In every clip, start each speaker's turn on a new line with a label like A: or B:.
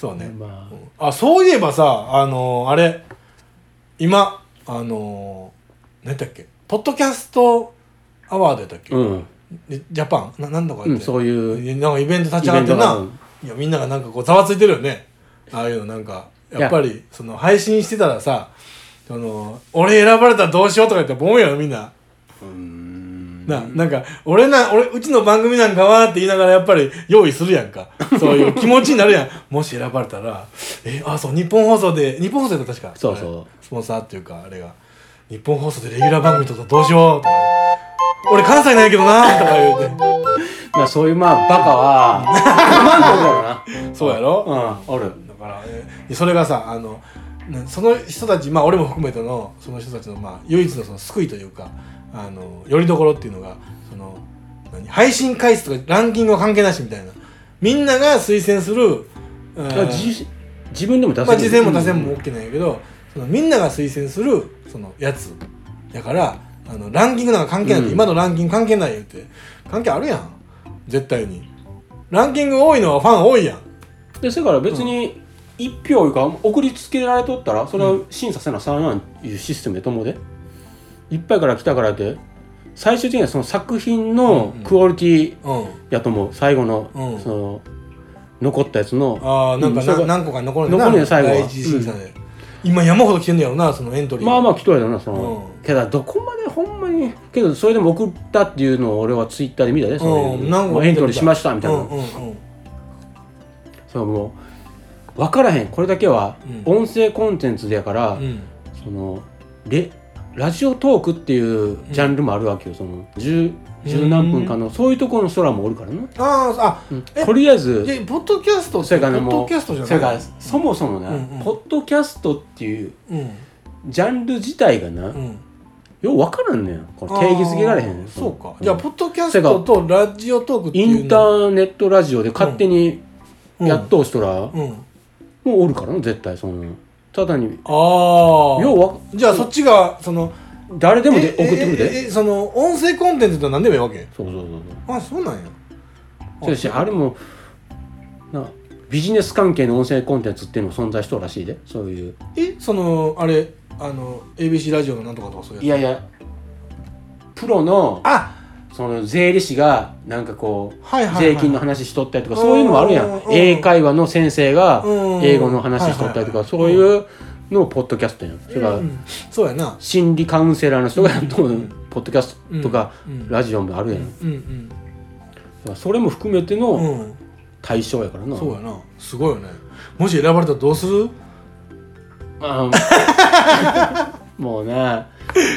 A: そうね、
B: まあ
A: あそういえばさあのーあれ今あのー何だっけポッドキャストアワードやったっけ、
B: うん、
A: でジャパンな何とかやって、
B: うん、そういう
A: いやなんかイベント立ち上がってるな
B: イベントが
A: いやみんながなんかこうざわついてるよねああいうのなんかやっぱりその配信してたらさその俺選ばれたらどうしようとか言って思うよみんな。ななんか俺な俺うちの番組なんかはって言いながらやっぱり用意するやん かそういう気持ちになるやんもし選ばれたらえあそう日本放送で日本放送で確か
B: そうそう
A: あれスポンサーっていうかあれが日本放送でレギュラー番組とったらどうしようとか俺関西なんやけどなとか言うて
B: まあそういうまあバカは今んとこ
A: そうやろ、
B: やろなうんおる
A: だから、えそれがさあのなその人たちまあ俺も含めてのその人たちの、まあ、唯一のその救いというかあのよりどころっていうのがその何配信回数とかランキングは関係なしみたいなみんなが推薦する、うん
B: だから自自分でも出せ
A: まあ、事前も出
B: 出
A: せんも OK なんやけど、そのみんなが推薦するそのやつやからあのランキングなんか関係ないって、
B: うん
A: 今のランキング関係ない言うて関係あるやん絶対にランキング多いのはファン多いやん
B: でせやから別に一票いうか送りつけられとったらそれは審査せなさんやんいうシステムでともでいっぱいから来たからって最終的にはその作品のクオリティ
A: うん
B: やと思う最後の
A: うん
B: その残ったやつの
A: ああなんか
B: うんそ
A: な、
B: うか
A: 何個か残るんだな
B: 残るよ最後は
A: 第一審査で、今山ほど来てんねやろなそのエントリー
B: まあま
A: あ
B: あ来とやだなその
A: う
B: けどどこまでほんまにけどそれでも送ったっていうのを俺はツイッターで見たでそううん
A: 何個か
B: エントリーしましたみたいな
A: うんうんうん
B: それはもう分からへんこれだけは
A: う
B: 音声コンテンツやから、
A: うん
B: そのレラジオトークっていうジャンルもあるわけよ、その十十何分間のそういうところの空もおるからな、
A: あああ
B: うん
A: え
B: とりあえず
A: でポッドキャストっ
B: そ
A: て
B: れ
A: ポ
B: からね
A: ッ
B: も
A: ド
B: う
A: キャストじ
B: そ
A: ゃ
B: れか
A: ない
B: らそもそもな、
A: うんうん
B: ポッドキャストっていう
A: うん
B: ジャンル自体がな、
A: うん
B: よう分からんねんこれ定義づけられへん
A: あーそうか
B: ん
A: じゃあポッドキャストとラジオトークって
B: イ
A: いうの
B: ンターネットラジオで勝手に
A: うん
B: やっとうしたら、
A: うん
B: もうおるからな絶対そのただに
A: ああ
B: ようわ
A: じゃあそっちがその
B: 誰でもで送
A: え
B: ってくる
A: え
B: で
A: ええその音声コンテンツとは何でもいいわけ
B: そうそうそうそう
A: あそうなんや
B: そうやしあれもなビジネス関係の音声コンテンツっていうのも存在しとるらしいでそういう
A: えそのあれあの ABC ラジオのなんとかとかそういう
B: い
A: やつ
B: やいやプロの
A: あ
B: その税理士がなんかこう、
A: はいはいはい
B: 税金の話しとったりとかそういうのもあるや
A: うんうん
B: ん
A: うん
B: 英会話の先生が
A: うん
B: 英語の話しとったりと
A: はい
B: か
A: はい
B: そういうのをポッドキャストやんそれから
A: うんそうやな
B: 心理カウンセラーの人がやっとるポッドキャストとか
A: うん
B: ラジオもあるやんだ
A: うん
B: からそれも含めて
A: うん
B: の
A: うん
B: 対象やからな
A: そうやなすごいよねもし選ばれたらどうする
B: あの もうな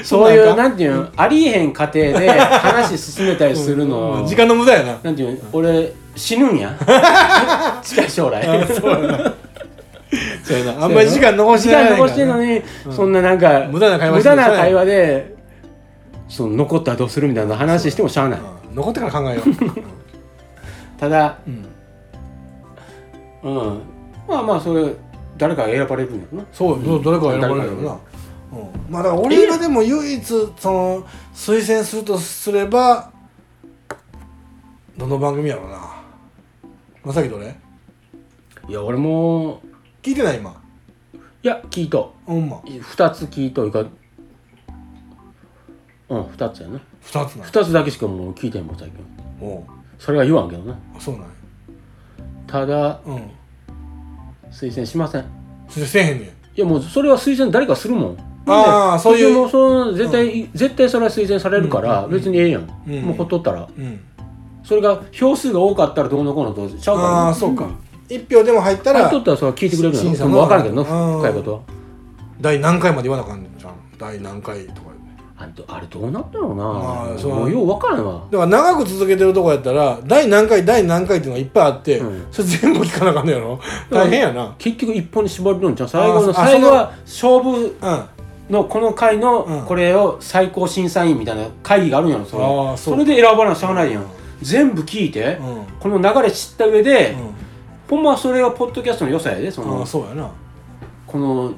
B: そうい
A: な
B: うん
A: か
B: なんていうんありえへん過程 で話進めたりする
A: う
B: の
A: ん時間の無駄やな
B: なんていうん俺死ぬん や近い将来
A: そうやなあんまり時間残して
B: 時
A: ない
B: 間残してんのにそんななんか
A: 無駄な会話
B: 無
A: して
B: 駄
A: る
B: な会話でその残ったらどうするみたいな話してもしゃあない
A: うん残ってから考えよ う
B: ただ
A: うん
B: うんまあまあそれ誰かが選ばれるんやろな
A: そうどどれか選ばれるよ
B: 誰
A: なうんまあだから俺がでも唯一その推薦するとすればどの番組やろうなまさきどれ
B: いや俺も
A: 聞いてない今
B: いや聞いと
A: ほんま
B: 2つ聞いといかうん2つやな
A: 2つな
B: 2つだけしかもう聞いてんもん最近
A: おう
B: それは言わんけどな
A: あそうなんや
B: ただ
A: うん
B: 推薦しません
A: それせえへんねん
B: いやもうそれは推薦誰かするもん
A: ああ
B: で
A: そういう
B: 結局もうその絶対、絶対それは推薦されるから
A: うん
B: 別にええやん、
A: うん
B: もうほっとったら
A: うん
B: それが票数が多かったらどうのこうのとちゃうから
A: ああそうか1票でも入った
B: ほ
A: ら
B: っとったらそれは聞いてくれるの
A: 審
B: よ
A: 査も
B: もう分からんけどな
A: うん
B: 深いことは
A: 第何回まで言わなあかんじゃん第何回とか
B: あどあれどうなったのな、
A: まあそう
B: もうよう分からんわ
A: だから長く続けてるとこやったら第何回第何回っていうのがいっぱいあって、
B: うん
A: それ全部聞かなあかんのやろ大変やな
B: 結局一本に絞れるんじゃう最後
A: あ
B: の
A: あそ
B: 最後は勝負
A: うんあ
B: のこの回
A: う
B: の
A: ん
B: これを最高審査員みたいな会議があるんやろそれ
A: あーそう
B: それで選ばなしゃあないやん全部聞いて、
A: うん
B: この流れ知った上で、
A: うん
B: ほんまはそれがポッドキャストの良さやでそ
A: あ
B: の
A: あそうやな
B: この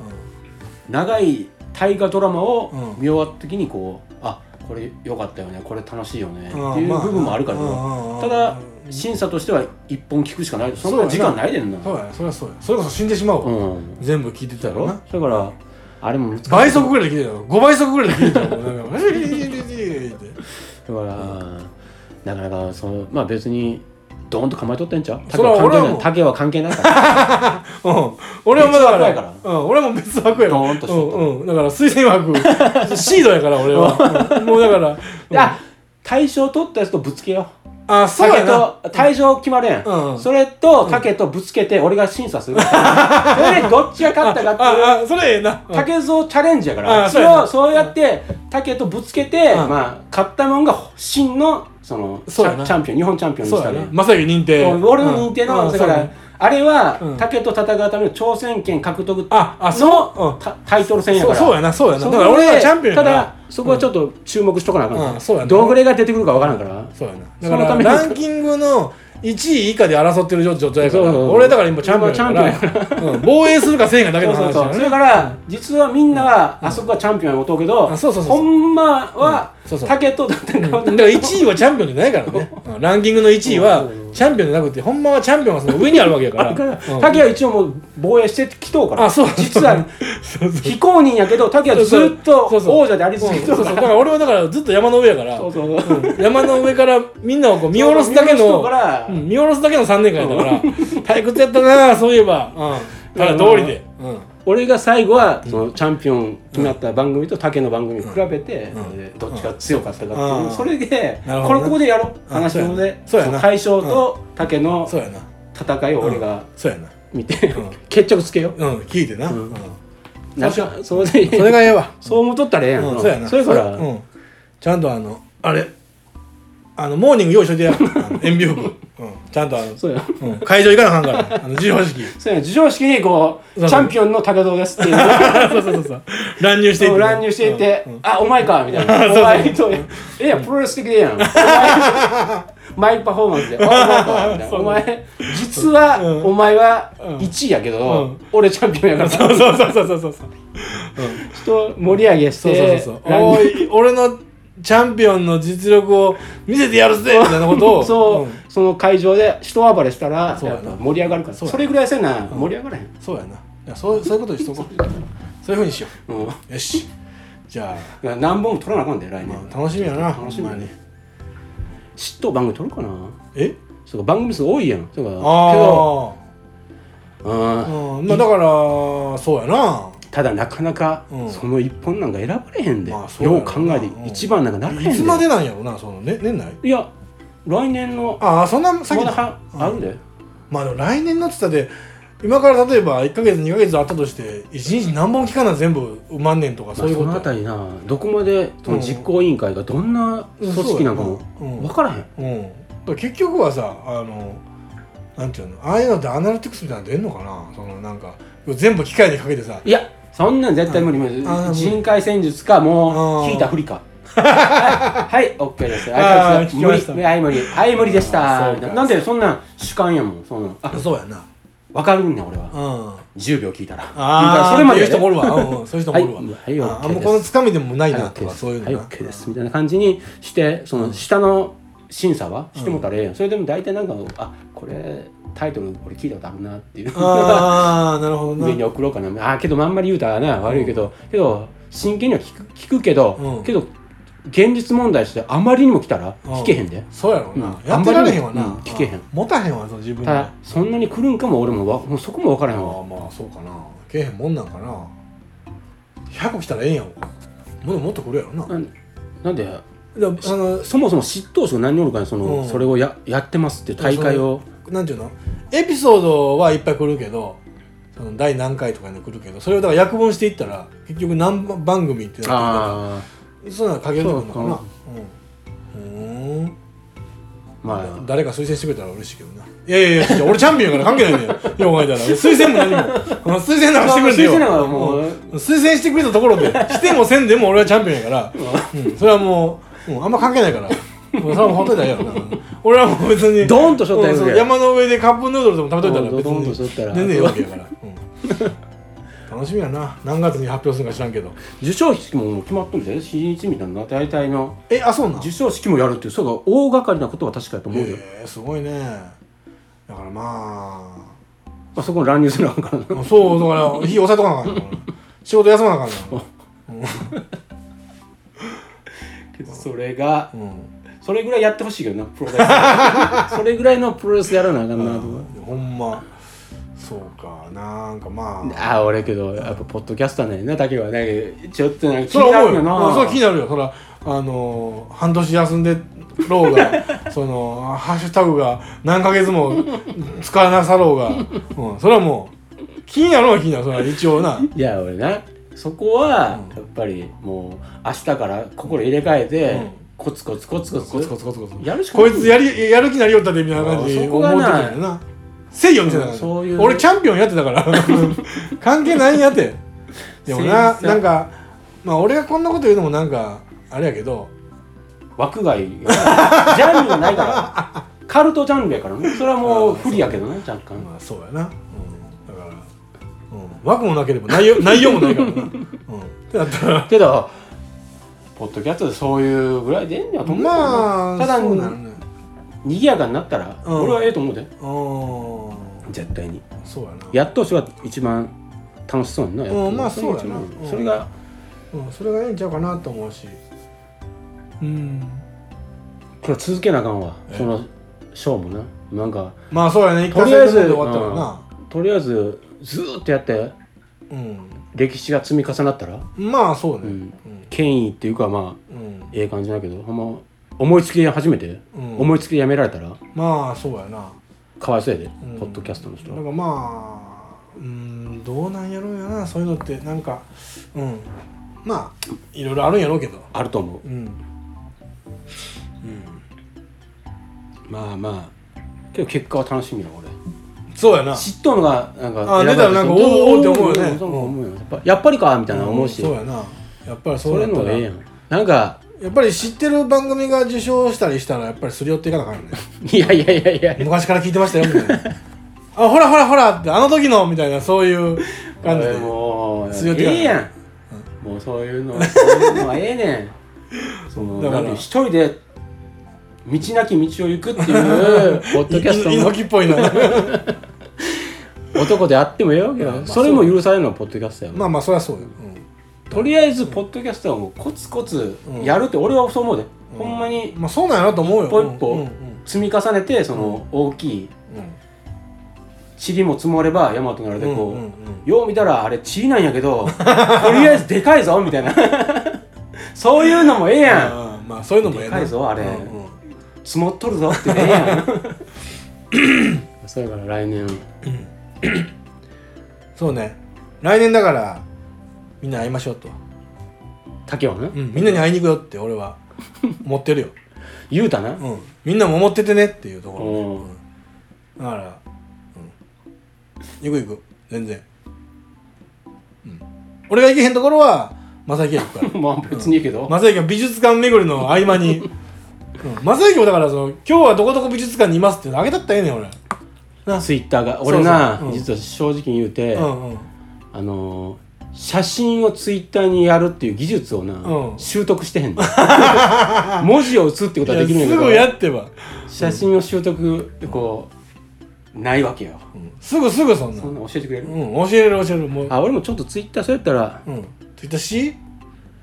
B: 長い大河ドラマを
A: うん
B: 見終わった時にこう、あこれ良かったよねこれ楽しいよねって
A: うん
B: いう
A: まあ
B: 部分もあるからな、
A: うんうんうん
B: ただ審査としては一本聞くしかないそ
A: そう
B: ん
A: や
B: な
A: な
B: 時間ないでんな
A: そうやねそれはそうやそれこそ死んでしまうわ、
B: うん
A: 全部聞いてた
B: だ
A: ら
B: ろ
A: な
B: だからあれも難しい
A: 倍速ぐらいで聞いてたよ5倍速ぐらいで聞いてたよなんかって
B: だからなかなかそのまあ別にドーンと構えとってんちゃう
A: それは俺はもう
B: 竹は関係ない竹は関係ないから
A: うん、俺はまあだから
B: 別枠や
A: うん、俺はもう別枠や
B: ドーンとし
A: う
B: とっ
A: ん
B: た
A: うん、だから推薦枠 シードやから俺は、うんもうだから、うん
B: あ大賞取ったやつとぶつけよう
A: あそう
B: 竹
A: やな
B: と大賞決まるやん、
A: うん
B: それと竹とぶつけて俺が審査するそ れでどっちが勝ったかっていう
A: ああそれええな、うん
B: 竹蔵チャレンジやから、
A: あ
B: そ
A: そう
B: れ
A: やな
B: をそうやって竹とぶつけて、
A: うん
B: まあ勝ったもんが真のそのチ
A: そうや
B: ャ
A: な
B: チャンピオン日本チャンピオンに
A: そう
B: した
A: や
B: り
A: な正義認定
B: そう俺の認定
A: う
B: の
A: ん
B: だか
A: そう
B: ら
A: ね
B: あれ
A: う
B: は
A: ん
B: 竹と戦うための挑戦権獲得
A: ああそう
B: の
A: うん
B: タタイトル戦やか
A: そうそ
B: ら
A: うやなそうやな
B: そ
A: だか
B: こで
A: ら俺がチャンピオンや
B: た
A: から
B: だそこはちょっと注目しとかなあかんから
A: うんそうやな
B: どんぐらいが出てくるかわからんから
A: そうやな
B: そ
A: だ
B: の
A: か
B: ため
A: ら
B: に
A: ランキングの1位以下で争ってる状態やから
B: そうそうそう
A: 俺だから今チャンピオンやからうん防衛するかせえへんかだけ
B: そ
A: の
B: うそう
A: 話や
B: そう
A: な
B: それから実はみんなはあそこはチャンピオンや思うけど
A: あそうそうそう
B: ほんまは
A: うんそうそう
B: 竹と戦 う
A: だから1位はチャンピオンじゃないから ねうんランキングの1位はチャンピオンじゃなくてほんまはチャンピオンがその上にあるわけやか
B: だから
A: ら
B: 竹は一応もう防衛してきとうから
A: あそう
B: 実は
A: そうそう
B: 非公認やけど竹はずっと
A: そうそう
B: 王者であり
A: そ
B: 続
A: う
B: け
A: そ
B: と
A: うそう
B: う
A: だ
B: か
A: から俺はだからずっと山の上やから
B: らそうそうそう
A: うん山の上からみんなをこう見下ろすだけ
B: 見下ろすと
A: の
B: こから
A: うん見下ろすだけの3年間やったから退屈やったなそういえばうんただ通りでうん
B: 俺が最後はそのチャンピオン決まった番組と竹の番組比べて
A: うん
B: どっちが強かったかっていう
A: うん
B: それで
A: なるほど
B: これ
A: ね
B: ここでやろう
A: うん
B: 話ので
A: そうやな
B: 大将と竹の
A: そうやな
B: 戦いを俺が
A: そうやな
B: 見て
A: うん
B: 決着つけよ
A: うん聞いてな
B: う
A: うんん
B: うなんかそれ
A: それ
B: で
A: がええわ
B: そう思っとったらええや
A: うんんそうやな
B: それから
A: うんちゃんとあのあれあのモーニング用意しといてやあの塩ビ服うんちゃんとあの
B: そうや
A: うん会場行かなあかんからあの授賞式
B: そうや授賞式にこう
A: そうそう
B: チャンピオンの竹堂ですっていう
A: そうそうそうそう乱入していっ
B: そう
A: て
B: 乱入していって
A: うんうん
B: 「あお前か」みた いな「お前とええやんプロレス的でええやん」お前マイパフォーマンス で「あお前か」みたいなお前実は
A: うん
B: お前は
A: うん
B: 1位やけ
A: う
B: ど
A: ん
B: 俺チャンピオンやからちょ
A: そうそうそうそうそうそうそう
B: っと盛り上げし
A: そうそう
B: て
A: そうそう、
B: 乱
A: お
B: 入
A: い俺のチャンピオンの実力を見せてやるぜみたいなことを
B: そ
A: ん
B: うその会場で一暴れしたら
A: そう
B: や
A: や
B: っ
A: な
B: ぱ盛り上がるから
A: そうやな
B: それぐらいせな盛り上がらへん
A: そうやないやそうそういうことにしとこうそういうふうにしよ
B: うん
A: うよしじゃあ、
B: 何本も取らなあかんで来
A: ま
B: 年
A: あ、楽しみやな
B: 楽しみやね
A: ほんまに
B: 嫉妬番組取るかな
A: え
B: そうか番組数多いやんそうかけど
A: あ
B: うん
A: あうんまあだからそうやな
B: ただなかなか
A: うん
B: その一本なんか選ばれへんで、
A: まあそうやろ
B: よう
A: な
B: 考えて
A: うん
B: 一番なんかならへんで
A: いつまでなんやろなそのね年内
B: いや来年の
A: ああそんな
B: ま
A: 先
B: だは
A: うん
B: あるで
A: まあでも来年のって言ったで今から例えば1か月2か月あったとして1日何本期間な全部埋まんねんとか
B: ま
A: そ
B: あ
A: ういう
B: そ
A: こ
B: のあ
A: と
B: たりなどこまでその実行委員会がどんな組織なんかも
A: うんうん
B: 分からへん
A: うんだから結局はさあのなんていうのああいうのってアナリティクスみたいなの出んのかなそのなんか全部機械にかけてさ
B: いやそんなん絶対無理無理
A: あー無理
B: 人海戦術かもう
A: あー
B: 聞いたふり かはいはい OK ですはい
A: あー聞き
B: 無
A: ま
B: 理
A: した
B: はい無理はい無理でし
A: あー
B: た
A: そうか
B: なんでそんなん主観やもんそんなんあ
A: そうやな
B: 分かるんねん俺は
A: うん
B: 10秒聞いたら
A: ああ
B: それま
A: っ
B: で
A: ていう人もおるわうんうんそういう人もおるわ
B: はいはい
A: ああ
B: OK
A: ん
B: で
A: ますこのつかみでもないな
B: はい
A: とか
B: OK です
A: そういうの
B: は
A: ない
B: OK ですみたいな感じにしてその下の審査はしてもうたらええやんそれでも大体なんかあこれタイトル俺聞いたことあるなっていう
A: ああなるほどな
B: 上に送ろうかなあけどあんまり言うたらな悪いけどけど真剣には聞く聞くけど
A: うん
B: けど現実問題としてあまりにも来たら聞けへんで
A: そうやろうな
B: うん
A: やってられへんわ
B: あん
A: な
B: まり聞けへん
A: 持たへんわその自分
B: た
A: に
B: だそんなに来るんかも俺もわもうそこも分からへん
A: あ
B: わ
A: あまあそうかなけえへんもんなんかな100個来たらええんやんもっともっと来るやろな
B: なんなんで
A: でもあの
B: そもそも執刀者が何人おるかにその
A: うん
B: それをややってますっていう大会を
A: なんていうのエピソードはいっぱい来るけどその第何回とかに来るけどそれをだから約分していったら結局何番組ってなっ
B: ああ
A: てそんなの限られてくるのかな
B: そ
A: うんうん
B: まあ
A: 誰か推薦してくれたら嬉しいけどないやいやいや俺チャンピオンやから関係ないねんよよう考えたら推薦も何 もうん推薦なんかしてくれてよ
B: 推薦なんかもう
A: うん推薦してくれたところでしてもせんでも俺はチャンピオンやから、うんそれはもう、うんあんま関係ないからもうそれはもうほっといたらええやろな俺はもう別に
B: ドーンとしとったらええわけ
A: うんそう山の上でカップヌードルでも食べといたら
B: ドーンとし
A: 別
B: とったら
A: に全然ええわけやから、うん楽しみやな何月に発表するか知らんけど
B: 授賞式ももう決まっとるんじゃない日にちみたいな大体の
A: えあそうなん
B: 授賞式もやるっていうそうだ大掛かりなことは確かやと思うよ、
A: えー、すごいねだからま
B: まあ、そこに乱入するのはあかんから
A: あそうだから日押さえとかなあかんねん仕事休まなあかんね
B: なそれが
A: んうん
B: それぐらいやってほしいけどなプロレス それぐらいのプロレスやらなあかんなと思う
A: ほんまそうかなんかまあ
B: ああ俺けどやっぱポッドキャスターなんやなだけはねちょっとなんか気
A: それ
B: に
A: は
B: な
A: 思う
B: るよ
A: よ
B: な
A: それは気になるよそれはあのー半年休んでろう がそのハッシュタグが何ヶ月も使わなさろうが、うん、それはもう気になるのは気になるそれは一応ない
B: や俺なそこは
A: うん
B: やっぱりもう明日から心入れ替えて、
A: うん
B: コツコツコツコツ
A: コツコツコツコツ
B: やるしかな
A: こ
B: い
A: いつやりやる気なりよったでみたいな感じ
B: あー
A: で
B: そこ
A: 思
B: が
A: うと
B: な
A: き
B: い
A: やなせいよみたいな
B: うんそういう
A: 俺チャンピオンやってたから 関係ないんやってでもな
B: せい
A: なんかまあ俺がこんなこと言うのもなんかあれやけど
B: 枠外が ジャンルがないからカルトジャンルやからねそれはもう不利やけどね若干
A: まあそうやな、うん、だから、うん、枠もなければ 内容内容もないからな、うん、ってなったら
B: けどポッドキャストでそういうぐらいでええんやと思うけどな
A: まあ
B: ただ
A: そうなるね
B: 賑やかになったら、
A: うん
B: 俺はええと思うで
A: あー
B: 絶対に
A: そうやな
B: やっとしは一番楽しそうやんなやっと
A: うんまあそうやな
B: れが一番
A: うん
B: それが
A: うん、それがええんちゃうかなと思うしうん
B: これ続けなあかんわ
A: ええ
B: そのショーもななんか
A: まあそうやね一
B: と
A: 回
B: りあえず
A: 戦で終わったらな、
B: とりあえずずーっとやって
A: う
B: 歴史が積み重なったら、
A: ん、まあそうね、
B: う
A: うんん
B: 権威っていうかまあ
A: うん
B: ええ感じだけどほんま思いつきで初めて、
A: うん
B: 思いつきでやめられたら
A: まあそうやな、
B: かわいそうやで、
A: うん
B: ポッドキャストの人
A: なん
B: は
A: かまあうんどうなんやろうやなそういうのってなんかうんまあいろいろあるんやろうけど
B: あると思う
A: うん
B: まあまあけど結果は楽しみだ俺
A: そうやな
B: 嫉妬のがなんか
A: あ
B: 選ばれ
A: 出たらなんかおーおーって思うよね
B: おーおーおーそう思うよやっぱやっぱりかみたいな思うし、
A: そうやなやっぱりそ
B: そう
A: う
B: い
A: や
B: う
A: った
B: の
A: ら
B: がええやんなんか
A: やっぱり知ってる番組が受賞したりしたらやっぱりすり寄っていかなあかんよね
B: いやいやいやいや
A: 昔から聞いてましたよみたい なあほらほらほらってあの時のみたいなそういう感じで
B: 俺もう
A: 強い手が
B: ええやん、もうそういうのそういうのはえ えねんその
A: だから
B: なんか一人で道なき道を行くっ ていうポッドキャストも
A: 猪木っぽいな
B: 男であってもええわけ
A: まあ
B: よそれも許されるのはポッドキャストやもん
A: まあまあそりゃそうよ、うん
B: とりあえずポッドキャストはもうコツコツやるって俺はそう思うで、ほんまに
A: まあそうなんやなと思うよ
B: 一歩一歩
A: うんうん
B: 積み重ねてその大きい
A: うん
B: 塵も積もれば山となるでこう、
A: うんうんうん
B: よう見たらあれ塵なんやけど とりあえずでかいぞみたいな そういうのもええやん
A: ああまあそういうのもええな
B: でかいぞあれ
A: うんうん
B: 積もっとるぞってねえや んそれから来年
A: そうね来年だからみんな会いましょうと、
B: 竹はな、
A: うん、みんなに会いに行くよって俺は思ってるよ、
B: 言うたな、
A: うん、みんなも思っててねっていうところ、
B: おう
A: うんだから、うん、行く行く全然、うん、俺が行けへんところは正行が行く から
B: まあ別にいいけど、
A: 正行は美術館巡りの合間に、うん、正行もだからその今日はどこどこ美術館にいますっていうのあげたったらええねん俺な
B: ツイッターが俺な
A: そうそううん
B: 実は正直に言うて、
A: うんうん
B: あのー写真をツイッターにやるっていう技術をな、
A: うん
B: 習得し てへんの文字を打つってことはできるんや
A: い
B: け
A: やす
B: ど
A: ぐやってば、
B: 写真を習得こうないわけよ、
A: すぐすぐそんな
B: そんなん教えてくれる、
A: うん教える教えるもう
B: あ俺もちょっとツイッターそうやったら
A: うんツイッターし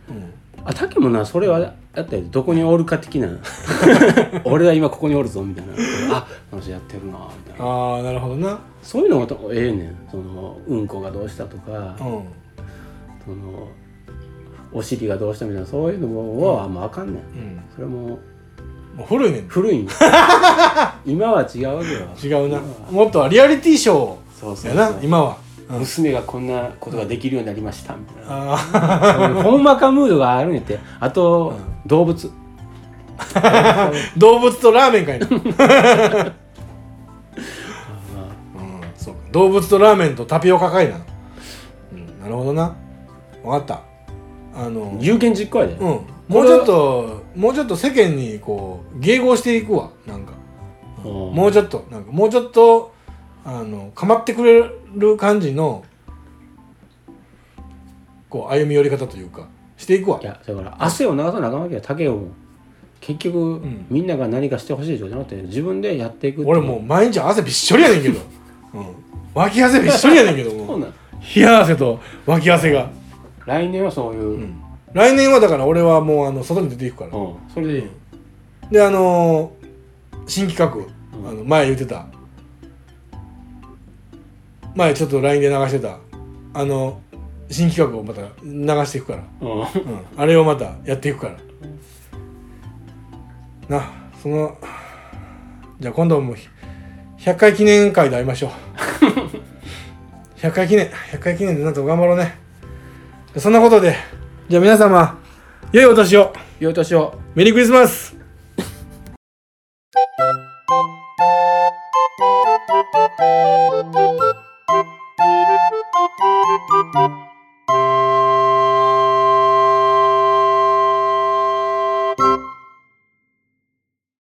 A: うん
B: あ竹もなそれはやったよどこにおるか 的な俺は今ここにおるぞみたいなあこの人やってるなみたいな
A: ああなるほどな
B: そういうのがとええねんそのうんこがどうしたとか、
A: うん
B: そのお尻がどうしたみたいなそういうのはあんまあかんねん、
A: うん
B: それも
A: もう古いねん
B: 古いん 今は違うわけよ
A: 違うなもっとリアリティショ
B: そう
A: ー
B: そう
A: や
B: そ
A: な
B: う
A: 今はうん
B: 娘がこんなことができるようになりましたみたいな
A: あ
B: そういうほんまかムードがあるんやってあと、動物
A: ー 動物とラーメンかいなうんそうか動物とラーメンとタピオカかいなうんなるほどなわかったあの
B: 有言実行やで、
A: うんもうちょっともうちょっと世間にこう迎合していくわなんかもうちょっとなんかもうちょっとあの構ってくれる感じのこう歩み寄り方というかしていくわ
B: いやだから汗を流さなあかんわけや竹を結局、
A: ん
B: みんなが何かしてほしい状態じゃなくて自分でやっていくってい
A: 俺もう毎日汗びっしょりやねんけど、うん、脇汗びっしょりやねんけど
B: そ
A: も
B: う
A: う
B: なん
A: 冷や汗と脇汗が、
B: 来年はそういう、う
A: うんん、来年はだから俺はもうあの外に出ていくから、
B: それでいいよ
A: であのー新企画、
B: うん
A: あの前言ってた前ちょっと LINE で流してたあの新企画をまた流していくから、
B: うん
A: うん、あれをまたやっていくからなそのじゃあ今度はもうひ100回記念会で会いましょう100回記念100回記念でなんとか頑張ろうねそんなことでじゃあ皆様良いお年を
B: 良いお年を
A: メリークリスマス
C: 「